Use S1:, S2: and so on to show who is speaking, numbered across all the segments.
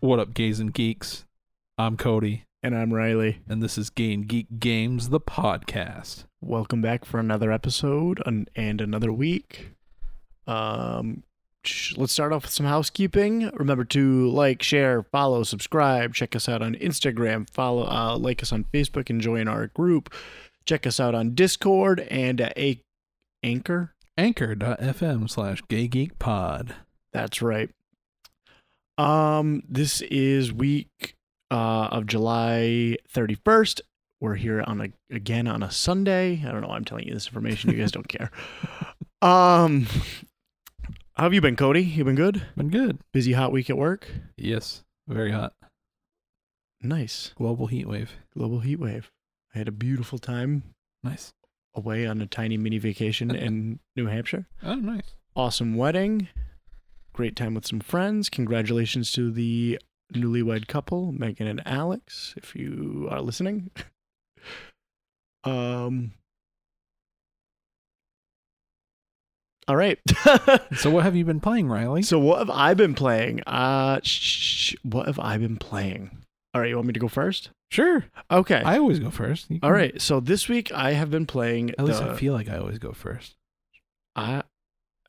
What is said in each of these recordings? S1: What up, gays and geeks? I'm Cody,
S2: And I'm Riley.
S1: and this is Gay and Geek Games, the podcast.
S2: Welcome back for another episode and, and another week. Um, sh- let's start off with some housekeeping. Remember to like, share, follow, subscribe. Check us out on Instagram. Follow, uh, like us on Facebook. and join our group. Check us out on Discord and at a- Anchor.
S1: Anchor.fm slash gay geek pod.
S2: That's right. Um, this is week uh, of July 31st. We're here on a again on a Sunday. I don't know. why I'm telling you this information. You guys don't care. Um, how have you been, Cody? You been good?
S1: Been good.
S2: Busy hot week at work.
S1: Yes. Very hot.
S2: Nice
S1: Global heat wave.
S2: global heat wave. I had a beautiful time
S1: Nice.
S2: away on a tiny mini vacation in New Hampshire.
S1: Oh, nice.
S2: awesome wedding, great time with some friends. Congratulations to the newlywed couple, Megan and Alex, if you are listening. Um All right.
S1: So, what have you been playing, Riley?
S2: so what have I been playing? Uh sh- sh- what have I been playing? All right, you want me to go first?
S1: sure.
S2: Okay.
S1: I always go first. You
S2: All
S1: can-
S2: right. So this week I have been playing
S1: At least
S2: the-
S1: I feel like I always go first.
S2: I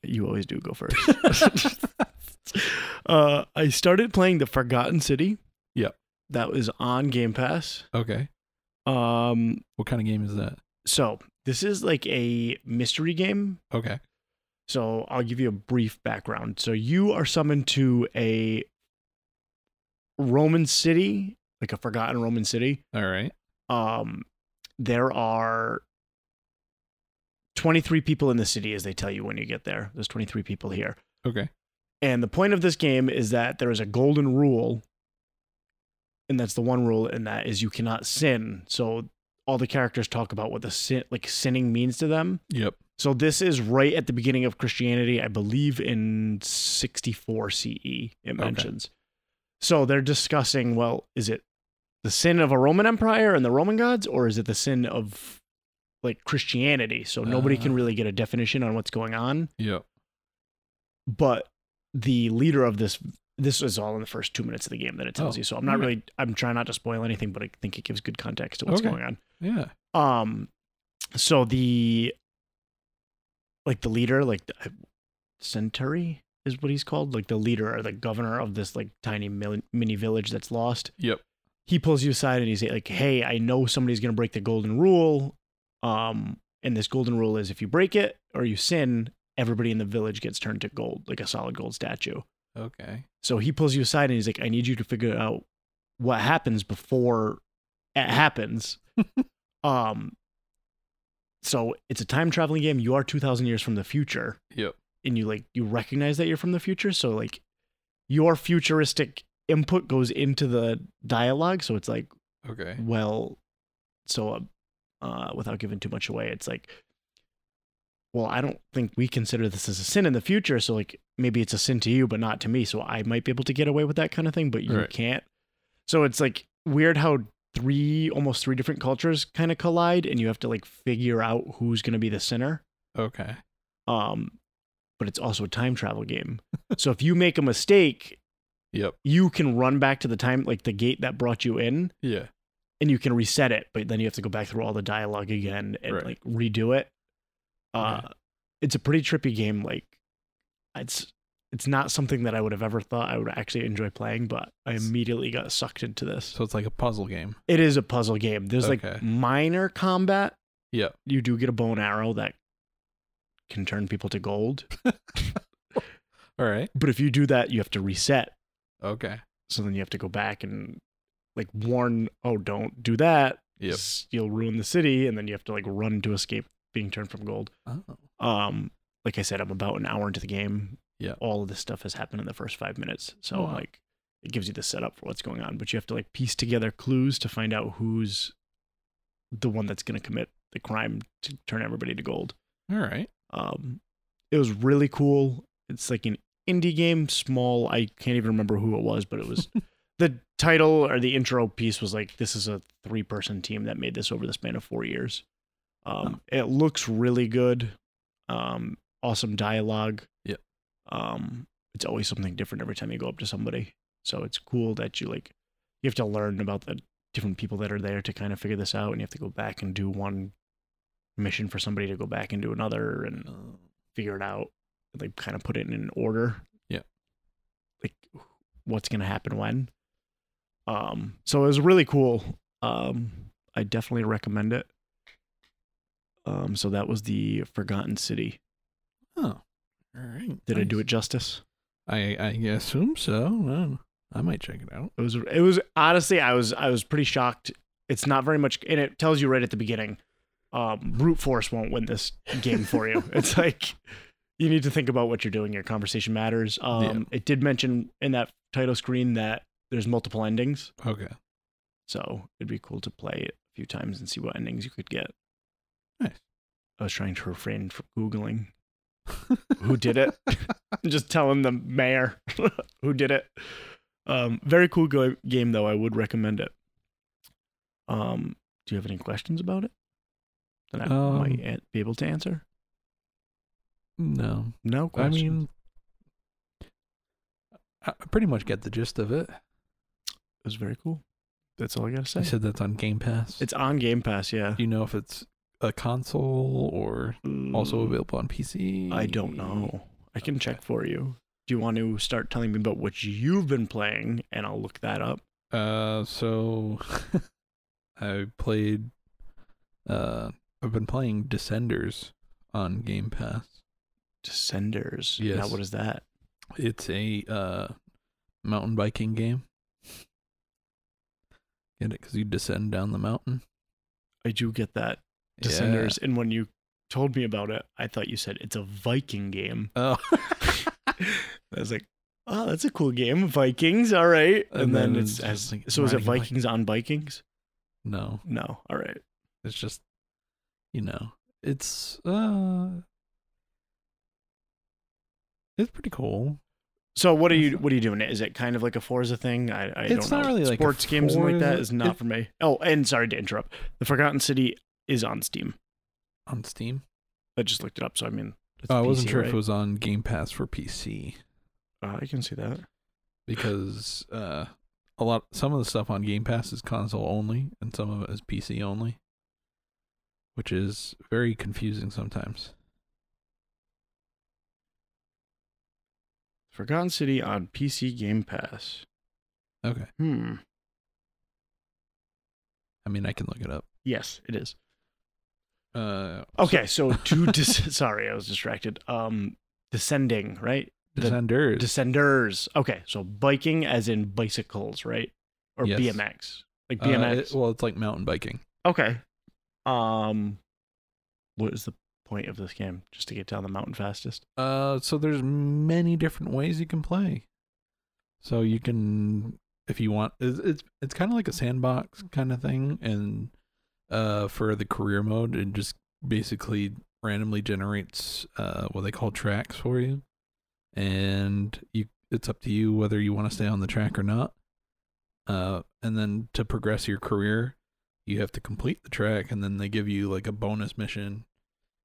S2: you always do go first. uh, I started playing The Forgotten City.
S1: Yep.
S2: That was on Game Pass.
S1: Okay.
S2: Um,
S1: What kind of game is that?
S2: so this is like a mystery game.
S1: Okay.
S2: So I'll give you a brief background. So you are summoned to a Roman city, like a forgotten Roman city.
S1: All right.
S2: Um, there are 23 people in the city, as they tell you when you get there. There's 23 people here.
S1: Okay.
S2: And the point of this game is that there is a golden rule, and that's the one rule, and that is you cannot sin. So all the characters talk about what the sin, like sinning means to them.
S1: Yep.
S2: So this is right at the beginning of Christianity, I believe in 64 CE it mentions. So they're discussing, well, is it the sin of a Roman empire and the Roman gods or is it the sin of like Christianity? So nobody can
S1: Ah.
S2: really get a definition on what's going on
S1: Yep.
S2: but the leader of this this is all in the first two minutes of the game that it tells
S1: Oh,
S2: you. So I'm not
S1: alright.
S2: really I'm trying not to spoil anything, but I think it gives good context to what's
S1: Okay.
S2: going on.
S1: Yeah.
S2: Um, so the like the leader, like the uh, Centauri is what he's called, like the leader or the governor of this like tiny mil- mini village that's lost.
S1: Yep.
S2: He pulls you aside and he's like, "Hey, I know somebody's gonna break the golden rule. Um, and this golden rule is if you break it or you sin, everybody in the village gets turned to gold, like a solid gold statue."
S1: Okay.
S2: So he pulls you aside and he's like, I need you to figure out what happens before it happens. um, so it's a time traveling game. You are 2,000 years from the future
S1: Yep.
S2: and you like, you recognize that you're from the future. So like your futuristic input goes into the dialogue. So it's like,
S1: Okay.
S2: well, so uh, uh, without giving too much away, it's like, well, I don't think we consider this as a sin in the future. So like maybe it's a sin to you, but not to me. So I might be able to get away with that kind of thing, but you
S1: Right.
S2: can't. So it's like weird how three almost three different cultures kind of collide, and you have to like figure out who's gonna be the sinner.
S1: Okay.
S2: Um, but it's also a time travel game. so if you make a mistake,
S1: Yep.
S2: you can run back to the time like the gate that brought you in
S1: Yeah.
S2: and you can reset it, but then you have to go back through all the dialogue again and
S1: Right.
S2: like redo it. Uh,
S1: Yeah.
S2: It's a pretty trippy game. Like, it's it's not something that I would have ever thought I would actually enjoy playing, but I immediately got sucked into this.
S1: So it's like a puzzle game.
S2: It is a puzzle game. There's like
S1: Okay.
S2: minor combat.
S1: Yep.
S2: You do get a bow and arrow that can turn people to gold,
S1: All right.
S2: but if you do that, you have to reset.
S1: Okay.
S2: So then you have to go back and like warn, oh, don't do that.
S1: Yep.
S2: s- you'll ruin the city and then you have to like run to escape being turned from gold
S1: Oh.
S2: um like i said i'm about an hour into the game
S1: Yeah.
S2: all of this stuff has happened in the first five minutes so
S1: Oh, wow.
S2: like it gives you the setup for what's going on but you have to like piece together clues to find out who's the one that's going to commit the crime to turn everybody to gold
S1: All right.
S2: um it was really cool it's like an indie game small i can't even remember who it was but it was the title or the intro piece was like this is a three person team that made this over the span of four years um it looks really good um awesome dialogue
S1: Yep.
S2: um it's always something different every time you go up to somebody So it's cool that you like you have to learn about the different people that are there to kind of figure this out, and you have to go back and do one mission for somebody to go back and do another, and
S1: Uh,
S2: figure it out. They kind of put it in an order.
S1: Yeah.
S2: Like what's gonna happen when. Um. So it was really cool. Um. I definitely recommend it. Um. So that was the Forgotten City.
S1: Oh, all right.
S2: Did I do
S1: nice.
S2: it justice?
S1: I I assume so. Well, I might check it out.
S2: It was. It was honestly. I was. I was pretty shocked. It's not very much, and it tells you right at the beginning. Um, brute force won't win this game for you. it's like you need to think about what you're doing. Your conversation matters. Um, It did mention in that title screen that there's multiple endings,
S1: Okay.
S2: so it'd be cool to play it a few times and see what endings you could get.
S1: Nice.
S2: I was trying to refrain from googling who did it. Just telling the mayor who did it. Um, very cool go- game though. I would recommend it. Um, do you have any questions about it that I
S1: Um,
S2: might a- be able to answer?
S1: No,
S2: No
S1: I
S2: questions.
S1: mean, I I pretty much get the gist of it.
S2: it was very cool. That's all I gotta
S1: I
S2: say.
S1: said that's on Game Pass.
S2: It's on Game Pass. Yeah.
S1: do you know if it's a console or also
S2: Mm,
S1: available on PC?
S2: I don't know. I can check
S1: Okay.
S2: for you. Do you want to start telling me about what you've been playing, and I'll look that up?
S1: Uh, so I played. Uh, I've been playing Descenders on Game Pass.
S2: Descenders. Now,
S1: Yes.
S2: what is that?
S1: It's a uh, mountain biking game. Get it? Because you descend down the mountain.
S2: I do get that.
S1: Yeah.
S2: Descenders. And when you told me about it, I thought you said it's a Viking game.
S1: Oh.
S2: I was like, oh, that's a cool game, Vikings. All right. And,
S1: And
S2: then,
S1: then
S2: it's
S1: it's
S2: as,
S1: just like
S2: so is it
S1: riding a bike.
S2: Vikings on Vikings?
S1: no,
S2: No. All right.
S1: it's just, you know, it's uh, it's pretty cool.
S2: So what are you what are you doing? Is it kind of like a Forza thing? I, I
S1: It's
S2: don't know.
S1: not really like a
S2: Sports games and like that
S1: Forza-
S2: is not
S1: it-
S2: for me. Oh, and sorry to interrupt. The Forgotten City is on Steam.
S1: On Steam,
S2: I just looked it up. So I mean, it's
S1: oh, I wasn't
S2: PC,
S1: sure if
S2: right?
S1: it was on Game Pass for PC
S2: Uh, I can see that.
S1: because uh, a lot, some of the stuff on Game Pass is console only, and some of it is PC only, which is very confusing sometimes.
S2: Forgotten City on PC Game Pass.
S1: Okay,
S2: Hmm.
S1: I mean, I can look it up.
S2: Yes, it is.
S1: Uh,
S2: Okay, so to dis- sorry, I was distracted. Um, descending, right? the-
S1: Descenders.
S2: Descenders. Okay, so biking as in bicycles, right? Or
S1: Yes.
S2: BMX, like
S1: Uh,
S2: BMX.
S1: it- well, it's like mountain biking.
S2: okay. Um, what is the point of this game? Just to get down the mountain fastest?
S1: Uh, so there's many different ways you can play. So you can, if you want, it's it's, it's kind of like a sandbox kind of thing, and uh, for the career mode, it just basically randomly generates uh what they call tracks for you, and you it's up to you whether you want to stay on the track or not. Uh, and then to progress your career, you have to complete the track, and then they give you like a bonus mission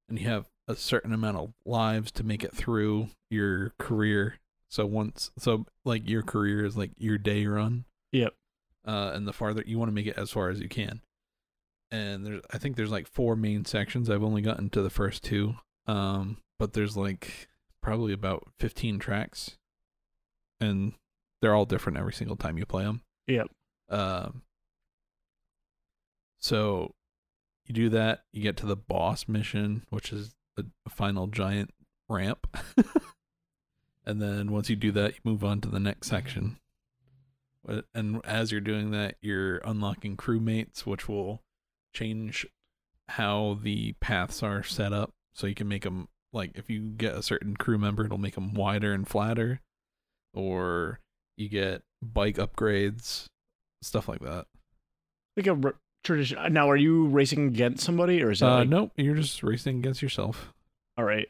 S1: and you have a certain amount of lives to make it through your career. So once, so like your career is like your day run.
S2: Yep.
S1: Uh, and the farther you want to make it as far as you can. And there's, I think there's like four main sections. I've only gotten to the first two. Um, but there's like probably about 15 tracks, and they're all different every single time you play them.
S2: Yep.
S1: Um. So you do that, you get to the boss mission, which is the final giant ramp. and then once you do that, you move on to the next section. But- And as you're doing that, you're unlocking crewmates, which will change how the paths are set up. So you can make them, like, if you get a certain crew member, it'll make them wider and flatter. Or you get bike upgrades, stuff like that.
S2: Like a r- tradition. uh, Now, are you racing against somebody, or is that
S1: Uh,
S2: like-
S1: nope, you're just racing against yourself.
S2: all right?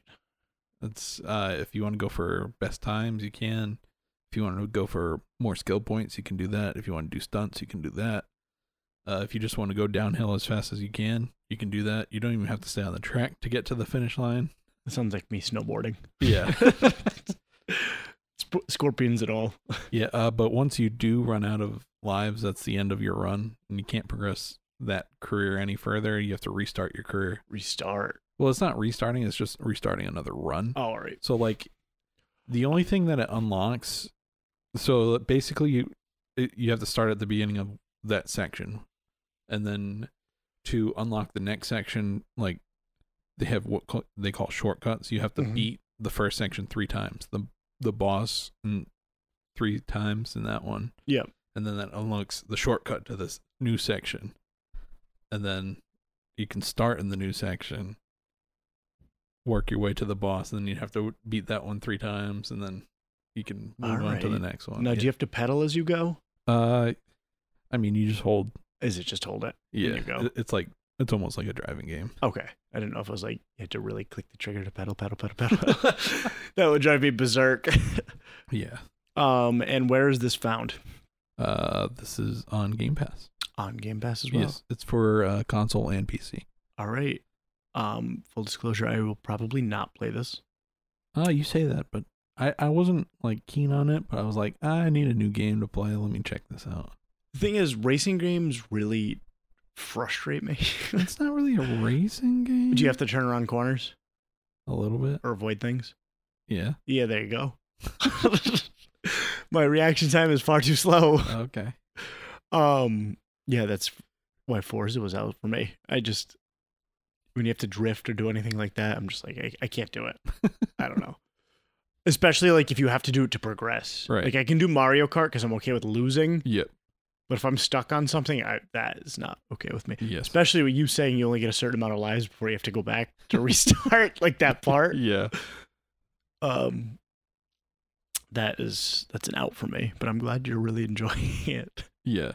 S1: That's uh, if you want to go for best times, you can. If you want to go for more skill points, you can do that. If you want to do stunts, you can do that. Uh, if you just want to go downhill as fast as you can, you can do that. You don't even have to stay on the track to get to the finish line.
S2: That sounds like me snowboarding.
S1: Yeah.
S2: it's sp- scorpions at all.
S1: Yeah, uh, but once you do run out of lives, that's the end of your run, and you can't progress that career any further. You have to restart your career.
S2: Restart.
S1: Well, it's not restarting; it's just restarting another run.
S2: Oh, all right.
S1: So, like, the only thing that it unlocks, so basically, you it, you have to start at the beginning of that section, and then to unlock the next section, like they have what call, they call shortcuts. You have to
S2: Mhm.
S1: beat the first section three times. The the boss and three times in that one.
S2: Yep.
S1: And then that unlocks the shortcut to this new section. And then you can start in the new section, work your way to the boss, and then you have to beat that one three times, and then you can move on to the
S2: Alright.
S1: next one.
S2: Now, do you have to pedal as you go?
S1: uh, I mean, you just hold.
S2: Is it just hold it?
S1: Yeah,
S2: you go.
S1: it- it's like it's almost like a driving game.
S2: Okay. I didn't know if I was like, you had to really click the trigger to pedal, pedal, pedal, pedal. that would drive me berserk.
S1: Yeah.
S2: um, and where is this found?
S1: Uh, this is on Game Pass.
S2: On Game Pass as well.
S1: Yes, it's for uh, console and PC.
S2: All right. Um, full disclosure, I will probably not play this.
S1: Oh, you say that, but I, I wasn't like keen on it, but I was like, "Ah, I need a new game to play. Let me check this out.
S2: The thing is, racing games really frustrate me.
S1: It's not really a racing game.
S2: Do you have to turn around corners
S1: a little bit?
S2: or avoid things?
S1: Yeah.
S2: Yeah, there you go. My reaction time is far too slow.
S1: Okay.
S2: Um, yeah, that's why Forza was out for me. I just when you have to drift or do anything like that, I'm just like, I, I can't do it. I don't know. Especially like if you have to do it to progress.
S1: Right.
S2: Like I can do Mario Kart because I'm okay with losing,
S1: Yep.
S2: but if I'm stuck on something, I, that is not okay with me.
S1: Yes.
S2: Especially with you saying you only get a certain amount of lives before you have to go back to restart, like that part.
S1: yeah.
S2: Um, that is that's an out for me. But I'm glad you're really enjoying it.
S1: Yeah.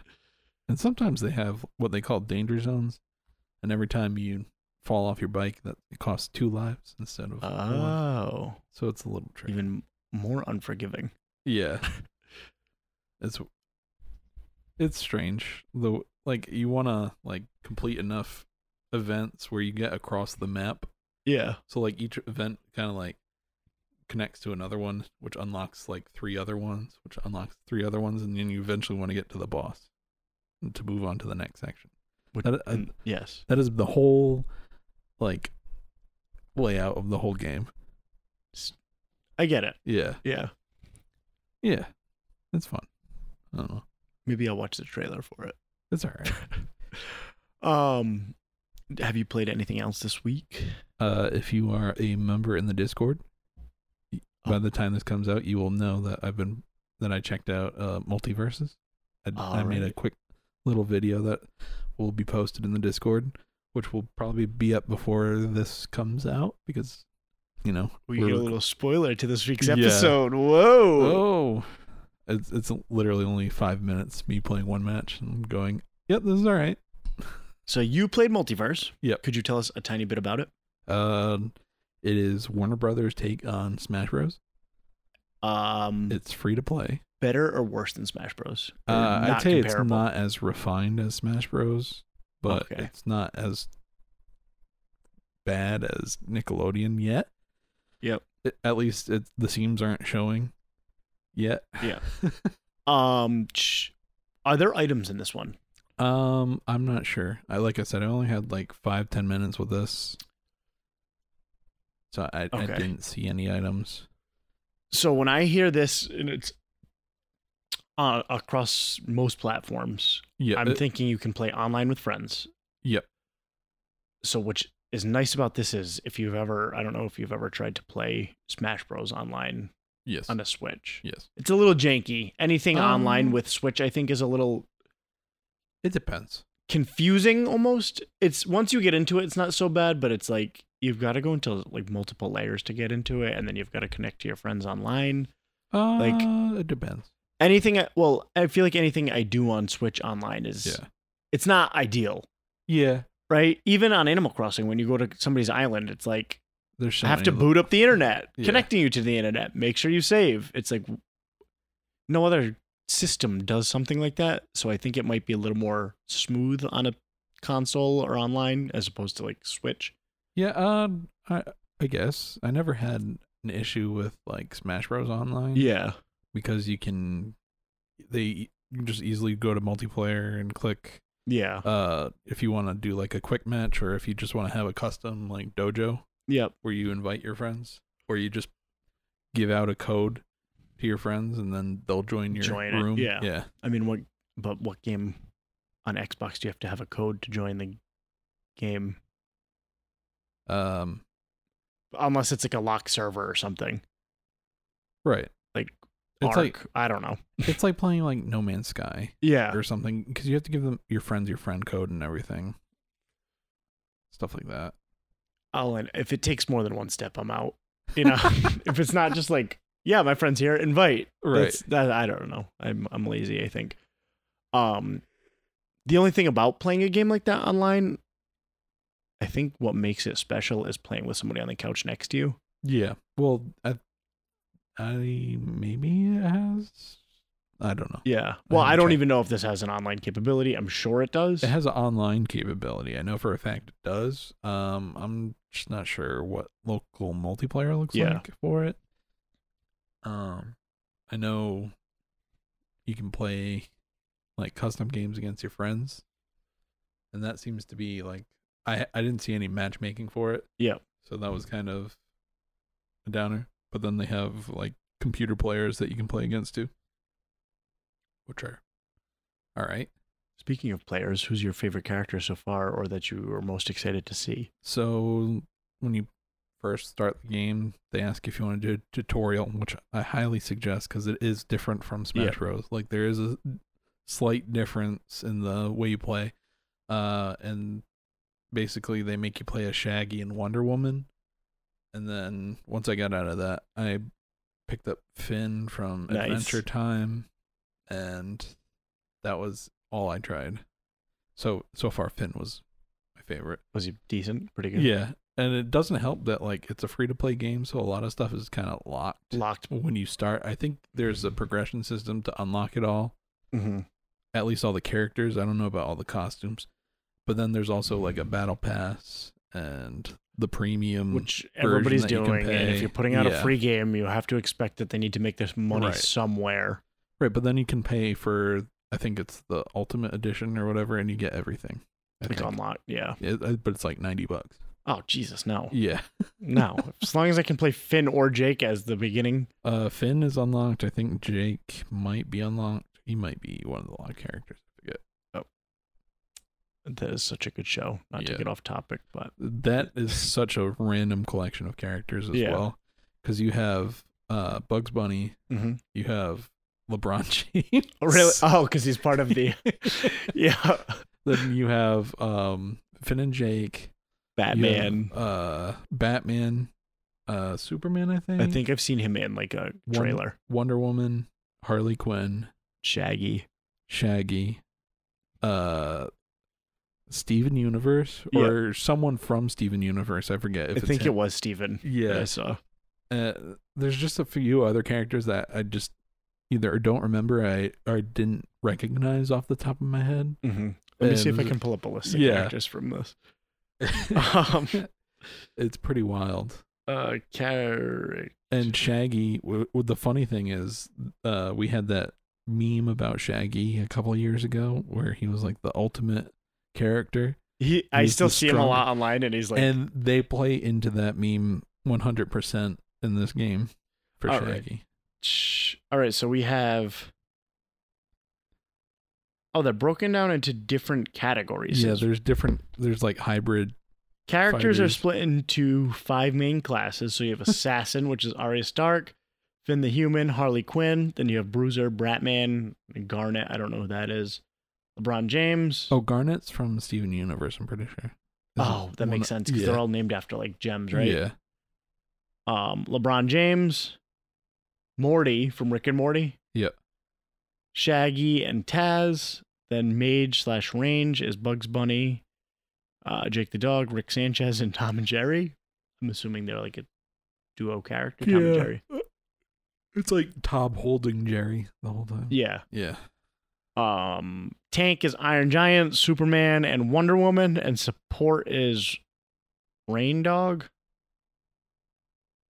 S1: And sometimes they have what they call danger zones, and every time you fall off your bike, that it costs two lives instead of one.
S2: Oh.
S1: So it's a little tricky.
S2: even more unforgiving.
S1: Yeah. it's it's strange. The like you want to like complete enough events where you get across the map.
S2: Yeah.
S1: So like each event kind of like connects to another one, which unlocks like three other ones, which unlocks three other ones, and then you eventually want to get to the boss and to move on to the next section.
S2: Which-
S1: That, uh,
S2: and- yes.
S1: that is the whole like layout of the whole game.
S2: I get it.
S1: Yeah,
S2: Yeah.
S1: yeah, it's fun. I don't know.
S2: Maybe I'll watch the trailer for it.
S1: It's all right.
S2: Um have you played anything else this week?
S1: Uh, if you are a member in the Discord, y- by
S2: Oh.
S1: the time this comes out, you will know that I've been that I checked out uh, multiverses. I, I made a
S2: Alright.
S1: quick little video that will be posted in the Discord, which will probably be up before this comes out because you know
S2: We get a
S1: we're-
S2: little spoiler to this week's
S1: Yeah.
S2: episode. Whoa.
S1: oh, it's it's literally only five minutes me playing one match and going, yep, this is all right.
S2: So you played Multiverse.
S1: Yep.
S2: Could you tell us a tiny bit about it?
S1: Uh, it is Warner Brothers' take on Smash Bros.
S2: Um
S1: It's free to play.
S2: better or worse than Smash Bros? Or
S1: Uh, I'd
S2: not
S1: say it's
S2: comparable?
S1: not as refined as Smash Bros, but
S2: Okay.
S1: it's not as bad as Nickelodeon yet.
S2: Yep.
S1: A- At least it, the seams aren't showing yet.
S2: Yeah. Um sh- are there items in this one?
S1: um, I'm not sure. I like I said, I only had like five ten minutes with this, so I, I
S2: Okay.
S1: didn't see any items.
S2: so when I hear this, and it's uh, across most platforms,
S1: Yeah, uh,
S2: I'm
S1: it-
S2: thinking you can play online with friends.
S1: Yep.
S2: So which is nice about this is if you've ever, I don't know if you've ever tried to play Smash Bros. online
S1: yes,
S2: on a Switch.
S1: yes.
S2: It's a little janky. Anything online
S1: Um,
S2: with Switch, I think, is a little
S1: It depends.
S2: confusing almost. It's once you get into it, it's not so bad, but it's like you've got to go into like multiple layers to get into it, and then you've got to connect to your friends online.
S1: Uh,
S2: Like-
S1: it depends.
S2: anything I, well i feel like anything i do on switch online is
S1: Yeah,
S2: it's not ideal
S1: yeah.
S2: right even on animal crossing when you go to somebody's island it's like
S1: There's so
S2: have to
S1: many-
S2: boot up the internet
S1: Yeah.
S2: connecting you to the internet make sure you save it's like no other system does something like that so i think it might be a little more smooth on a console or online as opposed to like switch
S1: Yeah, um, I I guess I never had an issue with like Smash Bros. Online.
S2: yeah
S1: because you can they e, you can just easily go to multiplayer and click
S2: Yeah.
S1: uh if you want to do like a quick match or if you just want to have a custom like dojo
S2: Yep.
S1: where you invite your friends or you just give out a code to your friends and then they'll join your
S2: Join it,
S1: room.
S2: yeah.
S1: yeah.
S2: I mean, what? But what game on Xbox do you have to have a code to join the game?
S1: Um
S2: Unless it's like a lock server or something.
S1: right.
S2: Like,
S1: it's
S2: Arc.
S1: like
S2: I don't know.
S1: it's like playing like No Man's Sky
S2: Yeah.
S1: or something because you have to give them your friends your friend code and everything. Stuff like that.
S2: I'll in. If it takes more than one step, I'm out. You know, if it's not just like, yeah, my friend's here, invite.
S1: Right.
S2: That's, that I don't know. I'm I'm lazy. I think. Um, the only thing about playing a game like that online, I think what makes it special is playing with somebody on the couch next to you.
S1: Yeah. Well, I, I maybe it has. I don't know.
S2: Yeah. Well, I
S1: haven't
S2: don't
S1: checked.
S2: even know if this has an online capability. I'm sure it does.
S1: It has an online capability. I know for a fact it does. Um, I'm just not sure what local multiplayer looks
S2: Yeah.
S1: like for it. Um, I know you can play like custom games against your friends, and that seems to be like I I didn't see any matchmaking for it.
S2: Yeah.
S1: So that was kind of a downer. But then they have like computer players that you can play against too, which are all right.
S2: Speaking of players, who's your favorite character so far, or that you are most excited to see?
S1: So when you first start the game, they ask if you want to do a tutorial, which I highly suggest because it is different from Smash
S2: Yeah.
S1: Bros. Like there is a slight difference in the way you play, uh, and basically they make you play a Shaggy and Wonder Woman, and then once I got out of that, I picked up Finn from
S2: Nice.
S1: Adventure Time, and that was all I tried. So so far, Finn was my favorite.
S2: Was he decent? Pretty good.
S1: Yeah, and it doesn't help that like it's a free to play game, so a lot of stuff is kind of locked
S2: Locked.
S1: when you start. I think there's a progression system to unlock it all,
S2: Mm-hmm.
S1: at least all the characters. I don't know about all the costumes, but then there's also like a battle pass and the premium.
S2: Which
S1: Mm, version
S2: everybody's
S1: that you can
S2: doing. And
S1: pay.
S2: if you're putting out a
S1: Yeah.
S2: free game, you have to expect that they need to make this money
S1: Right.
S2: somewhere.
S1: right, but then you can pay for I think it's the ultimate edition or whatever, and you get everything. I
S2: Like
S1: think.
S2: unlocked. Yeah.
S1: It- uh, but it's like ninety bucks.
S2: Oh Jesus, no,
S1: Yeah.
S2: no. As long as I can play Finn or Jake as the beginning.
S1: Uh, Finn is unlocked. I think Jake might be unlocked. He might be one of the locked characters. I forget.
S2: That is such a good show. Not to
S1: Yeah.
S2: get off topic, but
S1: that is such a random collection of characters as well.
S2: Yeah.
S1: 'Cause well because you have uh bugs bunny you have lebron james
S2: oh, really, oh, because he's part of the yeah
S1: then you have um finn and jake you have,
S2: Batman.
S1: uh batman uh superman i think
S2: I think I've seen him in like a
S1: One-
S2: trailer.
S1: wonder woman harley quinn
S2: Shaggy.
S1: shaggy uh steven universe
S2: Yeah.
S1: or someone from steven universe i forget if
S2: I
S1: it's
S2: think
S1: him.
S2: it was Steven. that I
S1: yeah
S2: saw.
S1: uh, there's just a few other characters that I just either don't remember I or I didn't recognize off the top of my head.
S2: Let me see if
S1: Mm-hmm.
S2: I
S1: And-
S2: can pull up a list of
S1: Yeah.
S2: characters from this. Um,
S1: it's pretty wild.
S2: uh, character.
S1: And Shaggy, w- w- the funny thing is, uh, we had that meme about Shaggy a couple years ago where he was like the ultimate character,
S2: He, I
S1: He's
S2: still
S1: the
S2: see him a lot online, and he's like,
S1: and they play into that meme 100% in this game for
S2: All right.
S1: Shaggy.
S2: Ch- All right, so we have. Oh, they're broken down into different categories.
S1: Yeah, there's different. There's like hybrid
S2: Characters are
S1: fighters.
S2: split into five main classes. So you have Assassin, which is Arya Stark, Finn the Human, Harley Quinn. Then you have Bruiser, Bratman, Garnet. I don't know who that is. LeBron James.
S1: Oh, Garnet's from Steven Universe, I'm pretty sure. Is
S2: Oh,
S1: it
S2: that
S1: one
S2: makes
S1: of-
S2: sense because
S1: yeah.
S2: they're all named after like gems, right?
S1: Yeah.
S2: Um, LeBron James, Morty from Rick and Morty.
S1: Yep.
S2: Shaggy and Taz. Then Mage slash Range is Bugs Bunny, uh, Jake the Dog, Rick Sanchez, and Tom and Jerry. I'm assuming they're like a duo character, Tom and Jerry.
S1: It's like Tob holding Jerry the whole time.
S2: Yeah.
S1: Yeah.
S2: Um, Tank is Iron Giant, Superman, and Wonder Woman, and support is Rain Dog.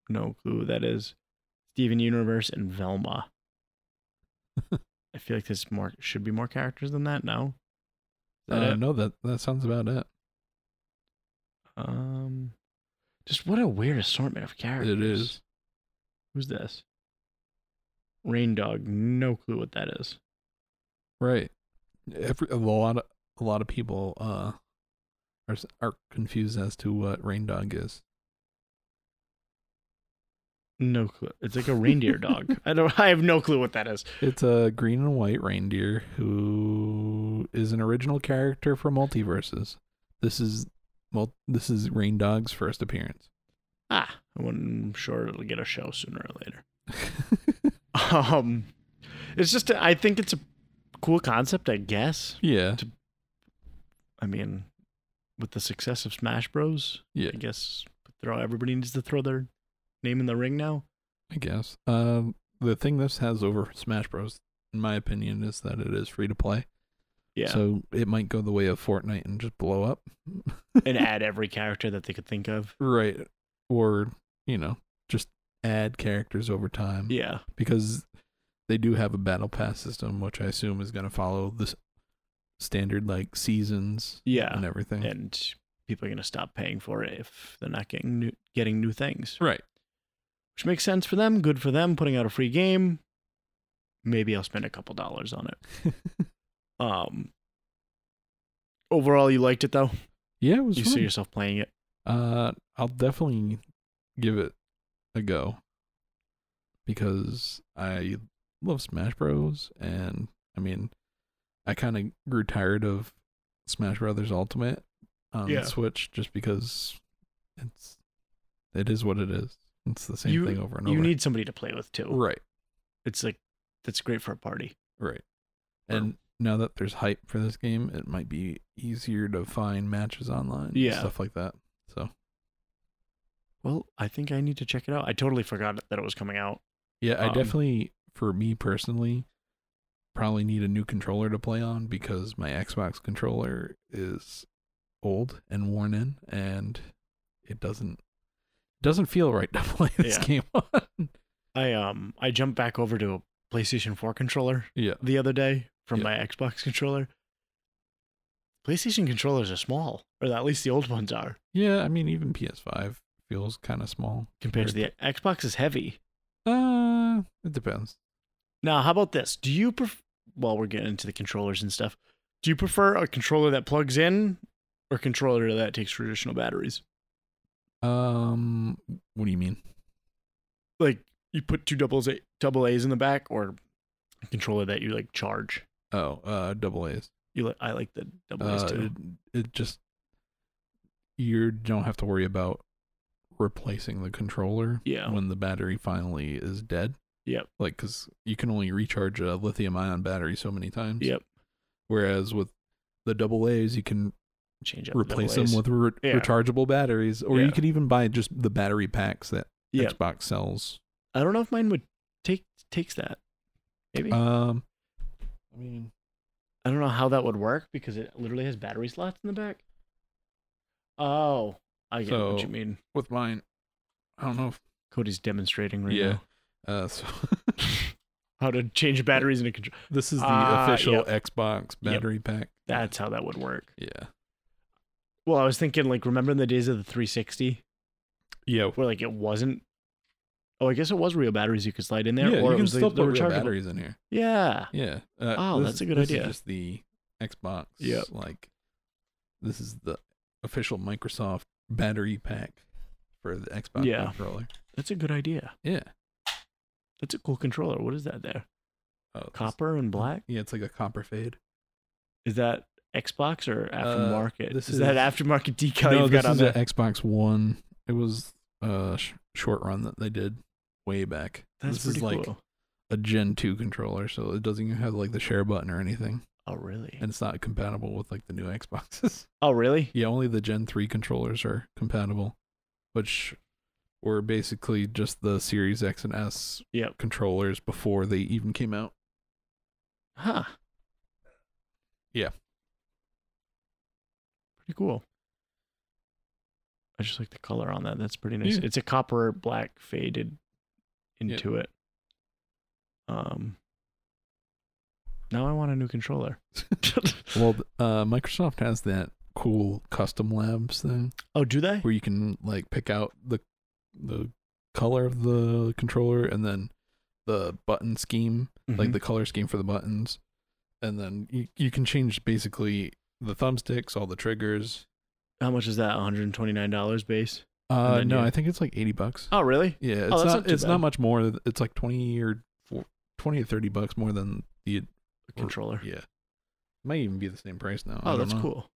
S2: No clue who that is. Steven Universe and Velma. I feel like there's more should be more characters than that. No. Is that
S1: Uh,
S2: it?
S1: no, that that sounds about it.
S2: Um, just what a weird assortment of characters.
S1: It is.
S2: Who's this? Rain Dog. No clue what that is.
S1: Right. Every, a lot of a lot of people uh are s- are confused as to what rain dog is.
S2: No clue. It's like a reindeer dog. I don't. I have no clue what that is.
S1: It's a green and white reindeer who is an original character for multiverses. This is well, this is Rain Dog's first appearance.
S2: Ah, I'm sure it'll get a show sooner or later. Um, it's just I think it's a cool concept. I guess.
S1: yeah.
S2: I mean, with the success of Smash Bros,
S1: Yeah.
S2: I guess throw everybody needs to throw their name in the ring now.
S1: I guess. Um, the thing this has over Smash Bros, in my opinion, is that it is free to play.
S2: Yeah.
S1: So it might go the way of Fortnite and just blow up.
S2: and add every character that they could think of.
S1: Right. Or, you know, just add characters over time.
S2: Yeah.
S1: Because they do have a battle pass system, which I assume is going to follow the s- standard, like, seasons
S2: Yeah.
S1: and everything.
S2: And people are going to stop paying for it if they're not getting new, getting new things,
S1: Right.
S2: which makes sense for them. Good for them putting out a free game. Maybe I'll spend a couple dollars on it. Um overall you liked it though?
S1: yeah, it was
S2: you
S1: fun.
S2: see yourself playing it?
S1: Uh, I'll definitely give it a go because I love Smash Bros. And I mean, I kind of grew tired of Smash Brothers Ultimate on
S2: Yeah.
S1: the Switch just because it's it is what it is. It's the same
S2: You-
S1: thing over and
S2: You
S1: over.
S2: need somebody to play with too.
S1: right,
S2: It's like that's great for a party.
S1: right. And now that there's hype for this game, it might be easier to find matches online, and
S2: Yeah.
S1: stuff like that. So
S2: Well, I think I need to check it out. I totally forgot that it was coming out.
S1: Yeah, I
S2: Um,
S1: definitely, for me personally, probably need a new controller to play on because my Xbox controller is old and worn in, and it doesn't doesn't feel right to play this
S2: Yeah.
S1: game on.
S2: I um I jumped back over to a PlayStation 4 controller
S1: yeah,
S2: the other day from
S1: Yeah.
S2: my Xbox controller. PlayStation controllers are small, or at least the old ones are,
S1: yeah. I mean, even PS5 feels kind of small.
S2: compared to the Xbox is heavy.
S1: Uh, it depends.
S2: Now, how about this? Do you pref- well, we're getting into the controllers and stuff. Do you prefer a controller that plugs in or a controller that takes traditional batteries?
S1: Um, what do you mean?
S2: Like you put two doubles A- double A's in the back or a controller that you like charge.
S1: Oh, uh, double A's.
S2: You li- I like the double A's
S1: Uh,
S2: too.
S1: it, it just you don't have to worry about replacing the controller
S2: Yeah.
S1: when the battery finally is dead.
S2: Yep.
S1: Like cuz you can only recharge a lithium ion battery so many times.
S2: Yep.
S1: Whereas with the double A's you can
S2: Change up the
S1: replace them
S2: double A's.
S1: with re-
S2: Yeah.
S1: rechargeable batteries or
S2: Yeah.
S1: you could even buy just the battery packs that
S2: Yeah.
S1: Xbox sells.
S2: I don't know if mine would take takes that. Maybe.
S1: Um I mean
S2: I don't know how that would work because it literally has battery slots in the back. Oh, I get what
S1: So-
S2: you mean.
S1: with mine I don't know if
S2: Cody's demonstrating right
S1: Yeah.
S2: now
S1: uh so
S2: how to change batteries in a control.
S1: this is the
S2: Ah,
S1: official
S2: yep.
S1: Xbox battery pack.
S2: That's how that would work.
S1: Yeah.
S2: Well, I was thinking like remember in the days of the 360
S1: Yeah.
S2: where like it wasn't. Oh, I guess it was real batteries you could slide in there,
S1: yeah, you
S2: or it
S1: can
S2: was
S1: still
S2: the, the
S1: put real
S2: rechargeable.
S1: batteries in here.
S2: Yeah,
S1: Yeah. Uh,
S2: Oh,
S1: this
S2: that's
S1: is-
S2: a good
S1: this
S2: idea.
S1: Is just the Xbox.
S2: Yep.
S1: Like, this is the official Microsoft battery pack for the Xbox
S2: Yeah.
S1: controller.
S2: that's a good idea.
S1: Yeah.
S2: That's a cool controller. What is that there?
S1: Oh, it's-
S2: Copper and black.
S1: Yeah, it's like a copper fade.
S2: Is that Xbox or aftermarket?
S1: Uh, this
S2: is, that
S1: is-
S2: aftermarket decal
S1: no,
S2: you've
S1: this
S2: got on
S1: is
S2: there?
S1: an Xbox One. It was a sh- short run that they did way back.
S2: That's
S1: this is
S2: pretty
S1: like
S2: cool.
S1: a Gen 2 controller, so it doesn't even have like the share button or anything.
S2: Oh really?
S1: And it's not compatible with like the new Xboxes.
S2: Oh really?
S1: Yeah, only the Gen 3 controllers are compatible, which were basically just the Series X and S
S2: Yep.
S1: controllers before they even came out.
S2: Huh.
S1: Yeah.
S2: Pretty cool. I just like the color on that. That's pretty nice.
S1: Yeah.
S2: It's a copper black faded
S1: Yeah.
S2: into it. Um Now I want a new controller.
S1: Well, th- uh, Microsoft has that cool custom labs thing
S2: oh, do they?
S1: where you can like pick out the the color of the controller and then the button scheme, like
S2: Mhm.
S1: the color scheme for the buttons, and then you, you can change basically the thumbsticks, all the triggers.
S2: Mm-hmm. how much is that? One hundred and twenty nine dollars base.
S1: Uh,
S2: then
S1: no,
S2: you-
S1: I think it's like eighty bucks.
S2: Oh, really?
S1: Yeah, it's not,
S2: that's not too
S1: it's
S2: bad.
S1: not much more. It's like twenty or four, twenty or thirty bucks more than the Or-
S2: Controller.
S1: yeah. Might even be the same price now. I
S2: oh,
S1: don't
S2: that's
S1: know.
S2: cool.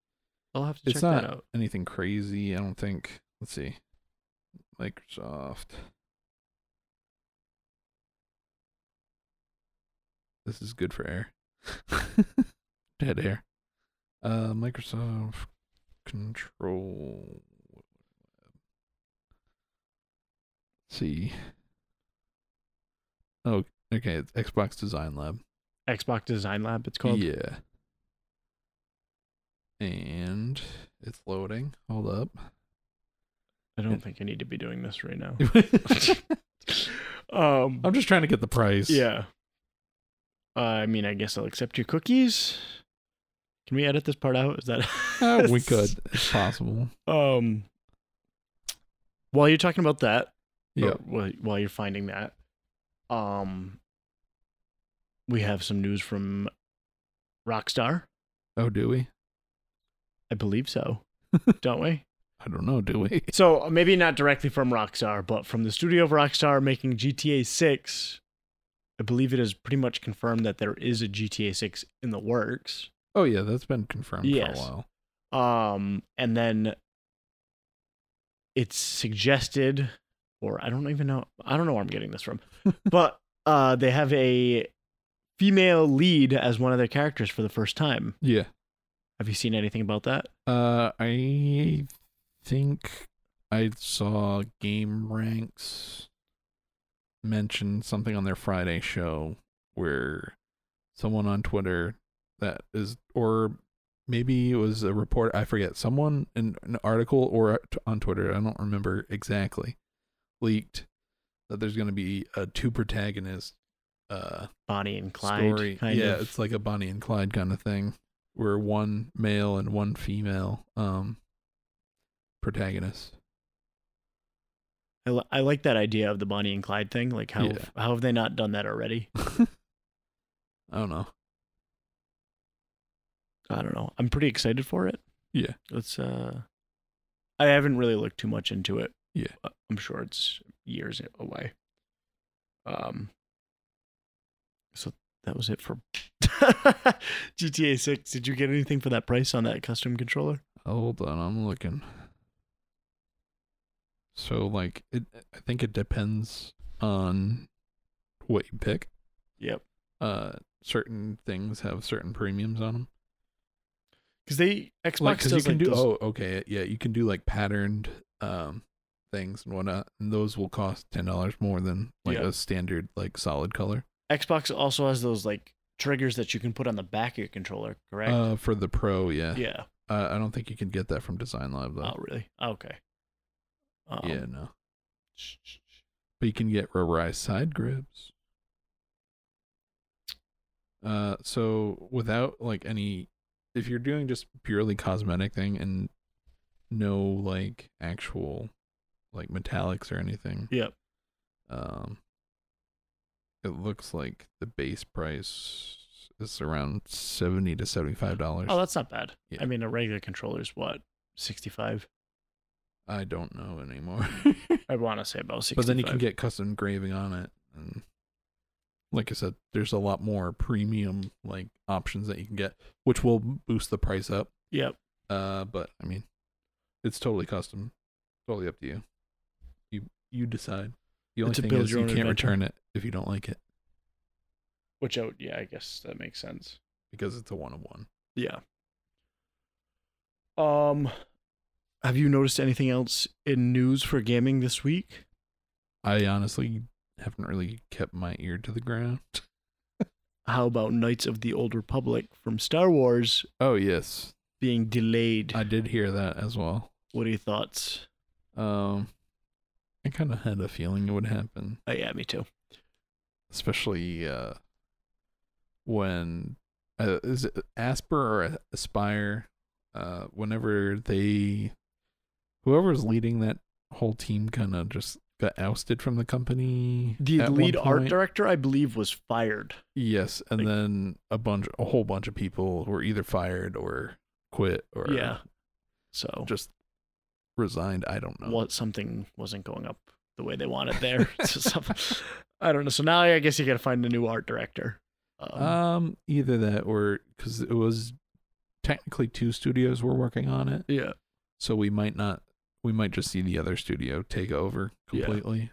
S2: I'll have to
S1: It's
S2: check
S1: not
S2: that out.
S1: anything crazy. I don't think. Let's see. Microsoft. This is good for air. Dead air. Uh, Microsoft control. Let's see. Oh, okay. It's Xbox Design Lab.
S2: Xbox Design Lab. It's called.
S1: Yeah. And it's loading. Hold up.
S2: I don't
S1: And-
S2: think I need to be doing this right now. um.
S1: I'm just trying to get the price.
S2: Yeah. Uh, I mean, I guess I'll accept your cookies. Can we edit this part out? Is that?
S1: Uh, we could. It's possible.
S2: Um. While you're talking about that,
S1: Yeah.
S2: or while, while you're finding that um we have some news from rockstar
S1: Oh, do we?
S2: i believe so don't we
S1: I don't know. Do we?
S2: so uh, maybe not directly from rockstar but from the studio of rockstar making gta 6 i believe it is pretty much confirmed that there is a gta 6 in the works
S1: Oh, yeah. That's been confirmed
S2: Yes.
S1: for a while.
S2: Um, and then it's suggested, or I don't even know, I don't know where I'm getting this from, but uh, they have a female lead as one of their characters for the first time.
S1: Yeah.
S2: Have you seen anything about that?
S1: Uh, I think I saw Game Ranks mention something on their Friday show where someone on Twitter that is, or maybe it was a report, I forget, someone in an article or t- on Twitter, I don't remember exactly, leaked that there's going to be a two protagonist uh,
S2: Bonnie and Clyde,
S1: story.
S2: kind
S1: yeah,
S2: of.
S1: it's like a Bonnie and Clyde kind of thing, where one male and one female um protagonist.
S2: I, li- I like that idea of the Bonnie and Clyde thing. Like, how
S1: Yeah.
S2: how have they not done that already?
S1: I don't know.
S2: I don't know. I'm pretty excited for it.
S1: Yeah.
S2: It's uh, I haven't really looked too much into it.
S1: Yeah.
S2: Uh, I'm sure it's years away. Um. So that was it for GTA Six. Did you get anything for that price on that custom controller?
S1: Hold on, I'm looking. So like it I think it depends on what you pick.
S2: Yep.
S1: Uh certain things have certain premiums on them.
S2: Because they Xbox
S1: like because
S2: does
S1: you can
S2: like
S1: do
S2: those-
S1: oh okay yeah you can do like patterned um things and whatnot and those will cost ten dollars more than like
S2: Yeah.
S1: a standard like solid color
S2: Xbox also has those like triggers that you can put on the back of your controller, correct?
S1: uh for the pro yeah,
S2: yeah.
S1: Uh, I don't think you can get that from Design Lab though
S2: Oh, really? Okay. Um,
S1: yeah no but you can get rubberized side grips uh so without like any if you're doing just purely cosmetic thing and no like actual like metallics or anything
S2: Yep. Oh,
S1: Um, it looks like the base price is around seventy to seventy-five dollars.
S2: Oh, that's not bad.
S1: Yeah.
S2: I mean, a regular controller is what sixty-five.
S1: I don't know anymore.
S2: I want to say about sixty-five.
S1: but then you can get custom engraving on it, and like I said, there's a lot more premium like options that you can get, which will boost the price up.
S2: Yep.
S1: Uh, but I mean, it's totally custom, totally up to you. You you decide. The only
S2: It's a
S1: thing
S2: build
S1: is
S2: your
S1: you
S2: own
S1: can't
S2: adventure.
S1: return it if you don't like it
S2: Which I would, yeah, I guess that makes sense.
S1: because it's a one of one.
S2: Yeah. Um, have you noticed anything else in news for gaming this week?
S1: I honestly haven't really kept my ear to the ground.
S2: How about Knights of the Old Republic from Star Wars
S1: Oh yes,
S2: being delayed?
S1: I did hear that as well.
S2: what are your thoughts?
S1: Um, I kind of had a feeling it would happen,
S2: Oh yeah, me too.
S1: especially uh, when uh, is it Asper or Aspire? Uh, whenever they, whoever's leading that whole team, kind of just got ousted from the company.
S2: The
S1: at one
S2: lead art
S1: point.
S2: director, I believe, was fired.
S1: Yes, and
S2: Like-
S1: then a bunch, a whole bunch of people were either fired or quit or
S2: Yeah. So
S1: just resigned. I don't know.
S2: what something wasn't going up the way they wanted there. So some- I don't know. So now I guess you got to find a new art director. Um,
S1: Um, either that or because it was technically two studios were working on it,
S2: yeah.
S1: so we might not, we might just see the other studio take over
S2: Yeah.
S1: completely,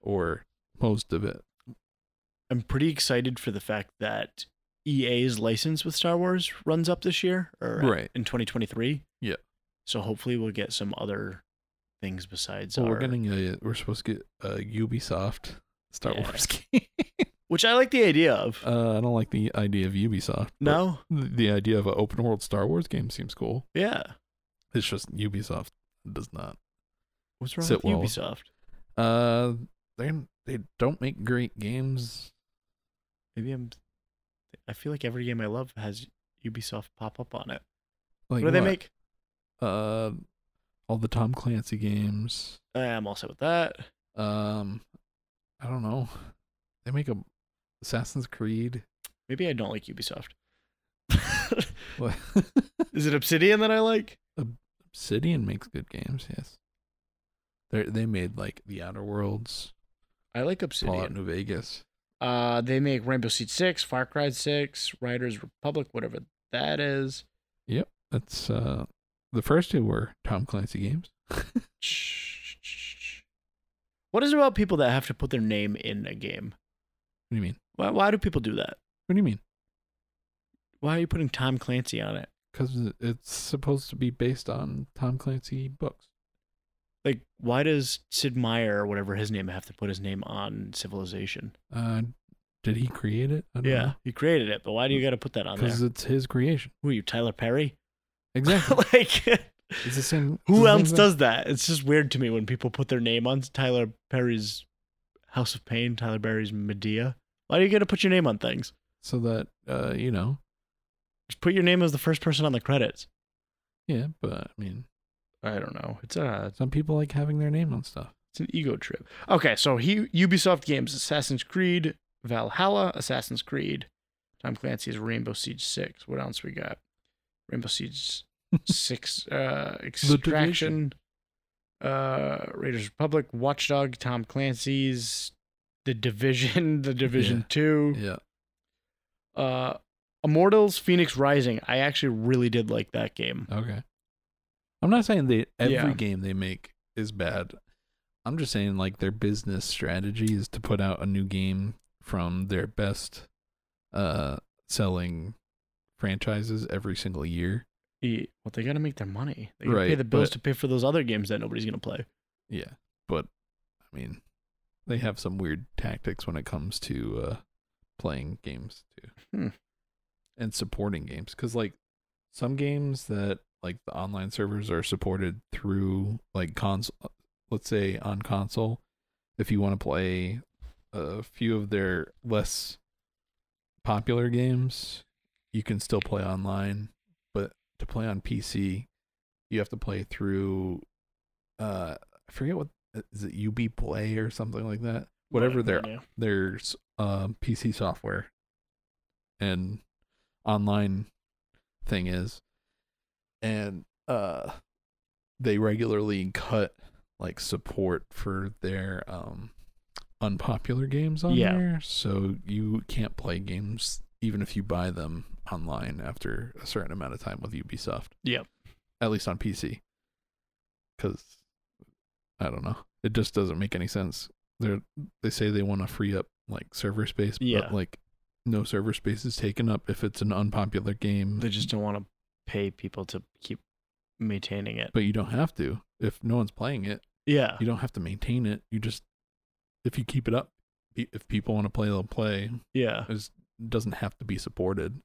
S1: or most of it.
S2: I'm pretty excited for the fact that EA's license with Star Wars runs up this year or
S1: Right.
S2: in 2023.
S1: Yeah.
S2: So hopefully we'll get some other things besides
S1: So
S2: our,
S1: we're getting a, we're supposed to get a Ubisoft Star
S2: Yeah.
S1: Wars game.
S2: which I like the idea of.
S1: uh, I don't like the idea of Ubisoft. but
S2: no.
S1: the the idea of an open world Star Wars game seems cool.
S2: Yeah.
S1: It's just Ubisoft does not.
S2: What's wrong
S1: Sit
S2: with
S1: well.
S2: Ubisoft?
S1: Uh, they they don't make great games.
S2: Maybe I'm. I feel like every game I love has Ubisoft pop up on it.
S1: Like
S2: what do they
S1: what?
S2: make?
S1: uh all the Tom Clancy games.
S2: Uh, I'm all set with that.
S1: Um I don't know. They make a Assassin's Creed.
S2: Maybe I don't like Ubisoft.
S1: What-
S2: Is it Obsidian that I like?
S1: Obsidian makes good games, yes. They they made like The Outer Worlds,
S2: I like
S1: Fallout
S2: Obsidian.
S1: New Vegas.
S2: Uh, they make Rainbow Seed Six, Far Cry Six, Riders Republic, whatever that is.
S1: That's uh the first two were Tom Clancy games.
S2: What is it about people that have to put their name in a game?
S1: What do you mean?
S2: Why, why do people do that?
S1: What do you mean?
S2: Why are you putting Tom Clancy on it?
S1: Because it's supposed to be based on Tom Clancy books.
S2: Like, why does Sid Meier or whatever his name have to put his name on Civilization?
S1: Uh, did he create it? I don't
S2: Yeah, you created it, but why do you got to put that on there?
S1: because it's his creation.
S2: Who are you, Tyler Perry?
S1: Exactly.
S2: like,
S1: It's the same. it's
S2: who
S1: the same
S2: else
S1: thing.
S2: does that? It's just weird to me when people put their name on Tyler Perry's House of Pain, Tyler Perry's Medea. Why do you got to put your name on things?
S1: so that uh you know
S2: Just put your name as the first person on the credits.
S1: yeah but i mean
S2: I don't know. It's uh, a
S1: some people like having their name on stuff
S2: it's an ego trip. Okay, so he Ubisoft games Assassin's Creed, Valhalla, Assassin's Creed, Tom Clancy's Rainbow Siege Six. What else we got? Rainbow Siege Six, uh, Extraction, uh, Raiders Republic, Watchdog, Tom Clancy's, The Division, The Division
S1: Yeah.
S2: Two,
S1: yeah
S2: uh, Immortals, Phoenix Rising. I actually really did like that game.
S1: okay i'm not saying that every
S2: Yeah.
S1: game they make is bad i'm just saying like their business strategy is to put out a new game from their best uh selling franchises every single year
S2: Yeah, Well, they gotta make their money. They gotta pay
S1: Right,
S2: the bills
S1: but-
S2: to pay for those other games that nobody's gonna play.
S1: yeah but i mean they have some weird tactics when it comes to uh playing games too
S2: Hmm.
S1: and supporting games because like some games that like the online servers are supported through like console let's say on console if you want to play a few of their less popular games you can still play online but to play on pc you have to play through uh i forget what is it ub play or something like that whatever their
S2: Yeah.
S1: there's um, PC software and online thing is, and uh, they regularly cut like support for their um unpopular games on
S2: Yeah.
S1: there, so you can't play games even if you buy them online after a certain amount of time with Ubisoft.
S2: Yep.
S1: At least on PC, because I don't know, it just doesn't make any sense. They're they say they want to free up like server space,
S2: Yeah.
S1: but like no server space is taken up if it's an unpopular game.
S2: They just don't want to pay people to keep maintaining it.
S1: but you don't have to if no one's playing it.
S2: yeah.
S1: You don't have to maintain it. You just if you keep it up, pe- if people want to play, they'll play.
S2: Yeah.
S1: It doesn't have to be supported.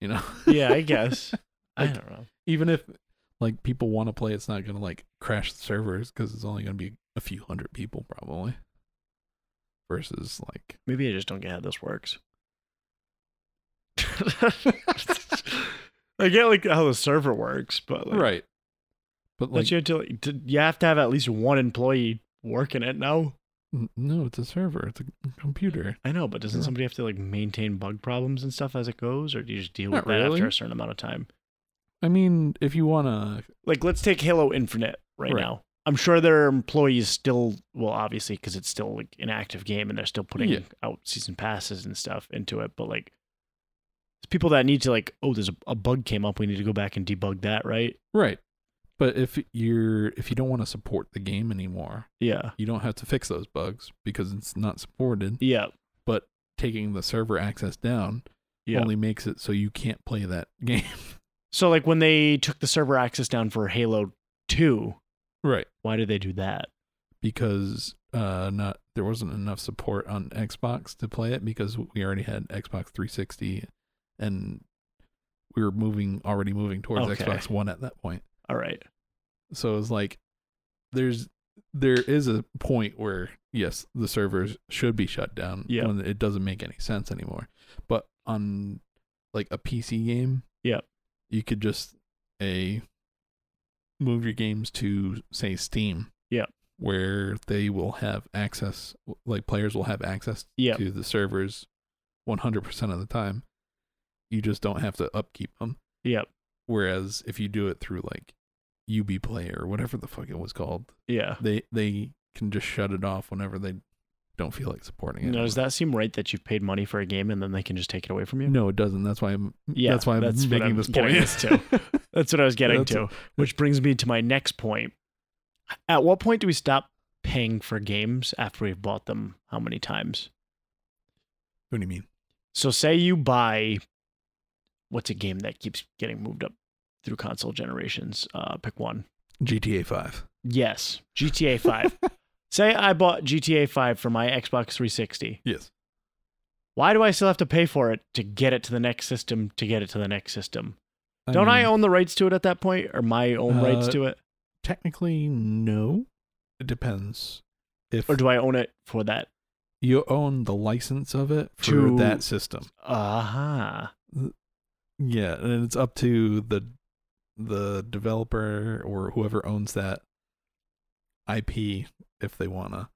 S1: You know.
S2: Yeah, I guess. I
S1: Like-
S2: don't know.
S1: Even if like people want to play, it's not gonna like crash the servers because it's only gonna be a few hundred people probably. Versus like
S2: Maybe I just don't get how this works. I get like how the server works, but like,
S1: right. But
S2: Don't
S1: like,
S2: you have to, like, d- you have to have at least one employee working it now.
S1: n- no, it's a server. It's a computer.
S2: I know, but doesn't
S1: Yeah.
S2: somebody have to like maintain bug problems and stuff as it goes, or do you just deal
S1: Not
S2: with that
S1: really.
S2: after a certain amount of time?
S1: I mean, if you wanna,
S2: Like, let's take Halo Infinite right,
S1: Right.
S2: now. I'm sure there are employees still, well, obviously, because it's still like an active game and they're still putting
S1: Yeah.
S2: out season passes and stuff into it. But like, there's people that need to like, oh, there's a, a bug came up. We need to go back and debug that, right?
S1: right. But if you're if you don't want to support the game anymore,
S2: Yeah,
S1: you don't have to fix those bugs because it's not supported.
S2: yeah,
S1: Taking the server access down
S2: yeah.
S1: only makes it so you can't play that game.
S2: so like when they took the server access down for Halo Two,
S1: right.
S2: why did they do that?
S1: Because uh not there wasn't enough support on Xbox to play it because we already had Xbox 360 and we were moving already moving towards
S2: Okay.
S1: Xbox 1 at that point.
S2: All right,
S1: So it was like there's there is a point where yes, the servers should be shut down
S2: Yeah.
S1: when it doesn't make any sense anymore. But on like a PC game,
S2: Yeah.
S1: you could just a move your games to say Steam.
S2: Yeah.
S1: Where they will have access like players will have access
S2: yeah,
S1: to the servers 100% of the time. You just don't have to upkeep them.
S2: yeah,
S1: Whereas if you do it through like UB Play or whatever the fuck it was called,
S2: yeah.
S1: they they can just shut it off whenever they don't feel like supporting it.
S2: Now, does that seem right that you've paid money for a game and then they can just take it away from you?
S1: No, it doesn't. That's why I'm.
S2: Yeah,
S1: that's why I'm
S2: that's what
S1: making
S2: I'm
S1: this
S2: getting
S1: point.
S2: this to. That's what I was getting to,
S1: That's-
S2: which brings me to my next point. At what point do we stop paying for games after we've bought them how many times?
S1: what do you mean?
S2: So, say you buy what's a game that keeps getting moved up through console generations? Uh, pick one.
S1: GTA Five.
S2: Yes, GTA 5. say I bought GTA 5 for my Xbox 360.
S1: Yes.
S2: Why do I still have to pay for it to get it to the next system to get it to the next system? Don't I
S1: mean,
S2: own the rights to it at that point, or my own rights
S1: Uh,
S2: to it,
S1: Technically, no. It depends. If
S2: or do I own it for that?
S1: you own the license of it for
S2: To-
S1: that system,
S2: Aha!
S1: yeah, and it's up to the the developer or whoever owns that IP if they wanna.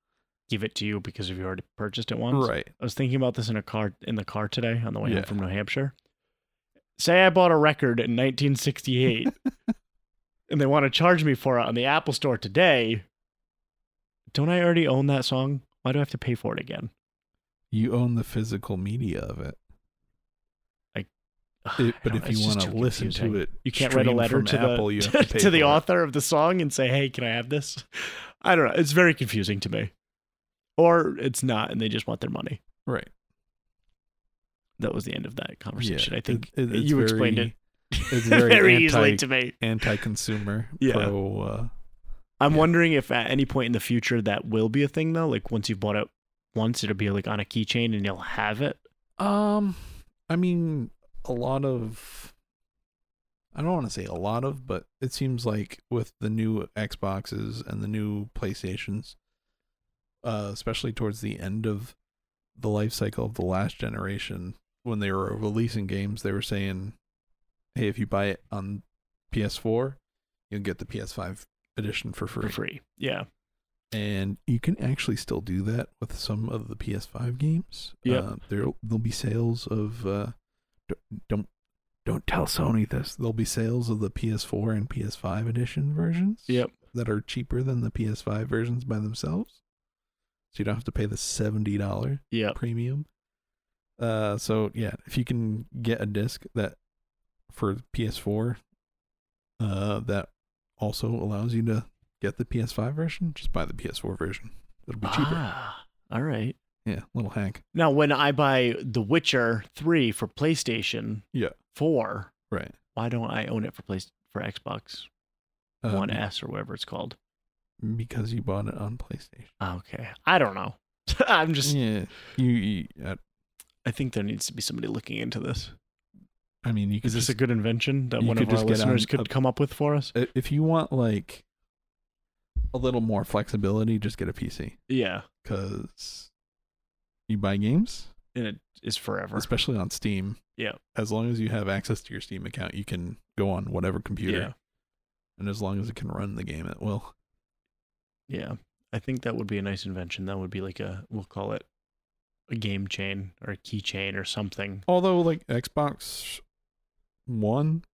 S2: Give it to you because if you already purchased it once.
S1: Right.
S2: I was thinking about this in a car in the car today on the way home
S1: Yeah.
S2: from New Hampshire. Say I bought a record in 1968, and they want to charge me for it on the Apple Store today. Don't I already own that song? Why do I have to pay for it again?
S1: You own the physical media of it.
S2: Ah,
S1: It- but if you want to listen to it,
S2: you can't write a
S1: streamed
S2: letter
S1: from
S2: to
S1: Apple,
S2: the
S1: you
S2: to,
S1: have to, pay
S2: the
S1: for it.
S2: author of the song and say, "Hey, can I have this?" I don't know. It's very confusing to me. Or it's not, and they just want their money.
S1: Right.
S2: That was the end of that
S1: Yeah,
S2: conversation. I think
S1: it- it- it's
S2: you explained it
S1: very- It's
S2: very,
S1: very,
S2: easily
S1: anti,
S2: to me.
S1: anti-consumer.
S2: Yeah.
S1: Pro, uh,
S2: I'm
S1: Yeah.
S2: wondering if at any point in the future that will be a thing, though. Like once you've bought it once, it'll be like on a keychain, and you'll have it.
S1: Um, I mean, a lot of. I don't want to say a lot of, but it seems like with the new Xboxes and the new PlayStations, uh, especially towards the end of the life cycle of the last generation, when they were releasing games, they were saying, "Hey, if you buy it on PS4, you'll get the PS5 edition for
S2: for
S1: free."
S2: free. Yeah.
S1: and you can actually still do that with some of the PS5 games.
S2: Yep.
S1: Uh, there there'll be sales of uh, don't, don't don't tell Sony this. There'll be sales of the PS4 and PS5 edition versions.
S2: Yep.
S1: That are cheaper than the PS5 versions by themselves, so you don't have to pay the seventy dollar
S2: Yep.
S1: premium. Uh, so yeah, if you can get a disc that for PS4, uh, that also allows you to get the PS5 version, just buy the PS4 version. It'll be cheaper.
S2: Ah, all right.
S1: Yeah, little hack.
S2: Now, when I buy The Witcher 3 for PlayStation
S1: Yeah.
S2: 4,
S1: Right.
S2: why don't I own it for place for Xbox
S1: Uh,
S2: One S or whatever it's called? Ah,
S1: because you bought it on PlayStation.
S2: Okay. I don't know. I'm just
S1: yeah, you. you uh,
S2: I think there needs to be somebody looking into this.
S1: I mean, you could
S2: Is this
S1: just,
S2: a good invention that
S1: you
S2: one
S1: could
S2: of our
S1: just get
S2: listeners
S1: on
S2: could
S1: a-
S2: come up with for us?
S1: i- if you want like a little more flexibility, just get a PC
S2: Yeah.
S1: because you buy games,
S2: and it is forever.
S1: especially on Steam.
S2: Yeah.
S1: As long as you have access to your Steam account, you can go on whatever computer.
S2: Yeah.
S1: And as long as it can run the game, it will.
S2: Yeah. I think that would be a nice invention. That would be like a we'll call it a game chain or a keychain or something.
S1: Although, like Xbox One,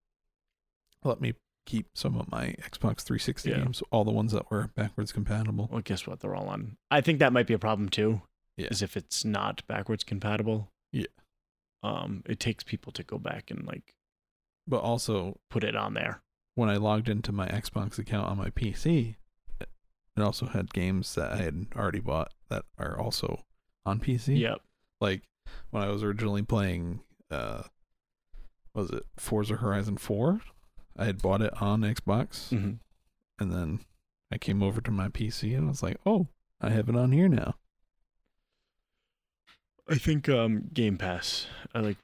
S1: let me keep some of my Xbox 360
S2: Yeah.
S1: games, all the ones that were backwards compatible.
S2: Well, guess what? They're all on. I think that might be a problem too.
S1: Yeah.
S2: Is if it's not backwards compatible.
S1: Yeah.
S2: Um, it takes people to go back and like
S1: But also,
S2: put it on there.
S1: when I logged into my Xbox account on my PC, it it also had games that I had already bought that are also on PC.
S2: Yep.
S1: Like when I was originally playing, uh, was it Forza Horizon 4? I had bought it on Xbox
S2: hmm
S1: and then I came over to my PC and I was like, oh, I have it on here now.
S2: I think um Game Pass. I like.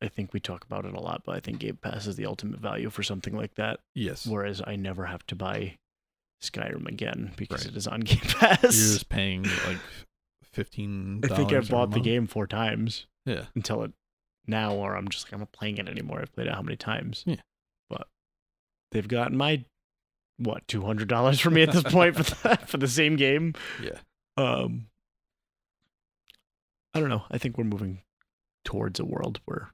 S2: I think we talk about it a lot, but I think Game Pass is the ultimate value for something like that.
S1: Yes. You're
S2: Whereas I never have to buy Skyrim again because
S1: Right.
S2: it is on Game Pass.
S1: just paying like 15
S2: I think I've
S1: every
S2: bought the
S1: month.
S2: game four times
S1: Yeah.
S2: until it now, or I'm just like, I'm not playing it anymore. I've played it how many times?
S1: Yeah.
S2: But they've gotten my, what, $200 from me at this point for the, for the same game?
S1: Yeah.
S2: Um, I don't know. I think we're moving towards a world where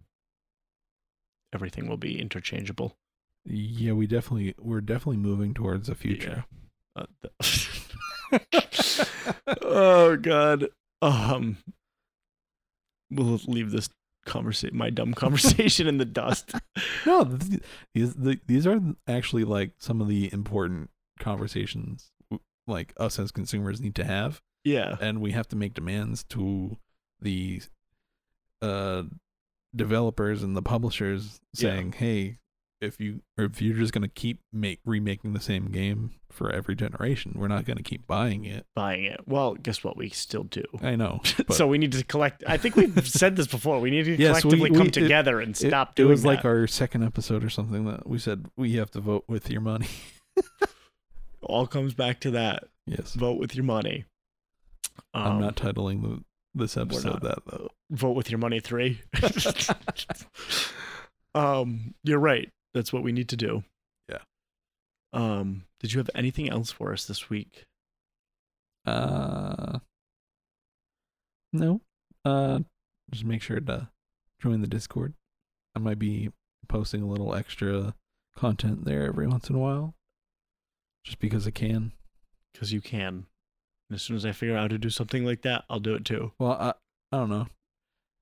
S2: everything will be interchangeable.
S1: Yeah, we definitely, we're definitely moving towards a future.
S2: Yeah. Uh, the- oh God. Um. We'll leave this conversation, my dumb conversation, in the dust.
S1: No, th- these the, these are actually like some of the important conversations w- like us as consumers need to have,
S2: Yeah.
S1: and we have to make demands to the uh developers and the publishers
S2: Yeah.
S1: saying, "Hey, if you or if you're just gonna keep make remaking the same game for every generation, we're not gonna keep buying it."
S2: Buying it. Well, guess what? We still do.
S1: I know. But
S2: so we need to collect. I think we've said this before. We need to
S1: Yes, we-
S2: collectively
S1: we-
S2: come
S1: it-
S2: together and
S1: it-
S2: stop
S1: it,
S2: doing
S1: was
S2: that.
S1: like our second episode or something that we said we have to vote with your money.
S2: All comes back to that.
S1: yes,
S2: Vote with your money.
S1: I'm
S2: Um,
S1: not titling the, this
S2: not.
S1: episode that though.
S2: vote with your money three. um, you're right. That's what we need to do.
S1: Yeah.
S2: Um, did you have anything else for us this week?
S1: Uh, no. Uh, just make sure to join the Discord. I might be posting a little extra content there every once in a while, just because I can.
S2: Because you can. And as soon as I figure out how to do something like that, I'll do it too.
S1: Well, I I don't know.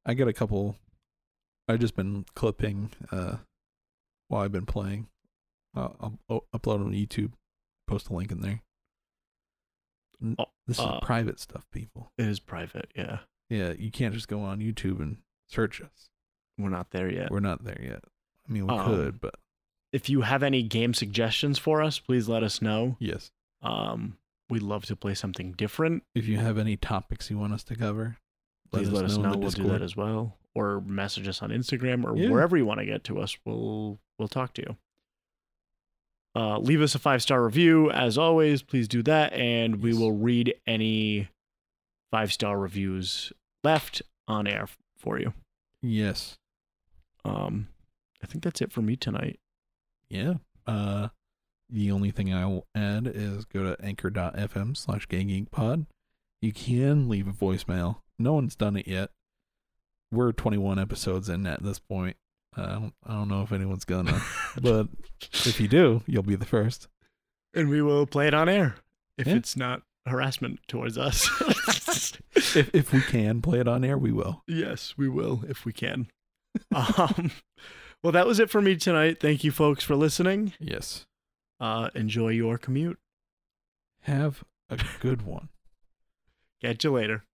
S1: I got a couple. I've just been clipping uh while I've been playing. I'll, I'll o- upload on YouTube. Post a link in there. N-
S2: Oh,
S1: This is
S2: uh,
S1: private stuff, people.
S2: It is private. Yeah.
S1: Yeah, you can't just go on YouTube and search us.
S2: We're not there yet.
S1: We're not there yet. I mean, we
S2: Um,
S1: could, but
S2: If you have any game suggestions for us, please let us know.
S1: yes.
S2: Um, we'd love to play something different.
S1: If you have any topics you want us to cover,
S2: Please let, us
S1: in
S2: know.
S1: the
S2: We'll do
S1: Discord.
S2: that as well. Or message us on Instagram or
S1: Yeah.
S2: wherever you want to get to us. We'll we'll talk to you. Uh, leave us a five star review as always. Please do that, and we
S1: Yes.
S2: will read any five star reviews left on air f- for you.
S1: Yes.
S2: Um, I think that's it for me tonight.
S1: Yeah. Uh, the only thing I will add is go to anchor.fm slash pod. You can leave a voicemail. No one's done it yet. We're 21 episodes in at this point. Uh, I don't, I don't know if anyone's gonna, but if you do, you'll be the first.
S2: and we will play it on air if
S1: Yeah.
S2: it's not harassment towards us.
S1: If if we can play it on air, we will.
S2: Yes, we will if we can. um, well, that was it for me tonight. Thank you, folks, for listening.
S1: Yes.
S2: Uh, enjoy your commute.
S1: Have a good one.
S2: Catch you later.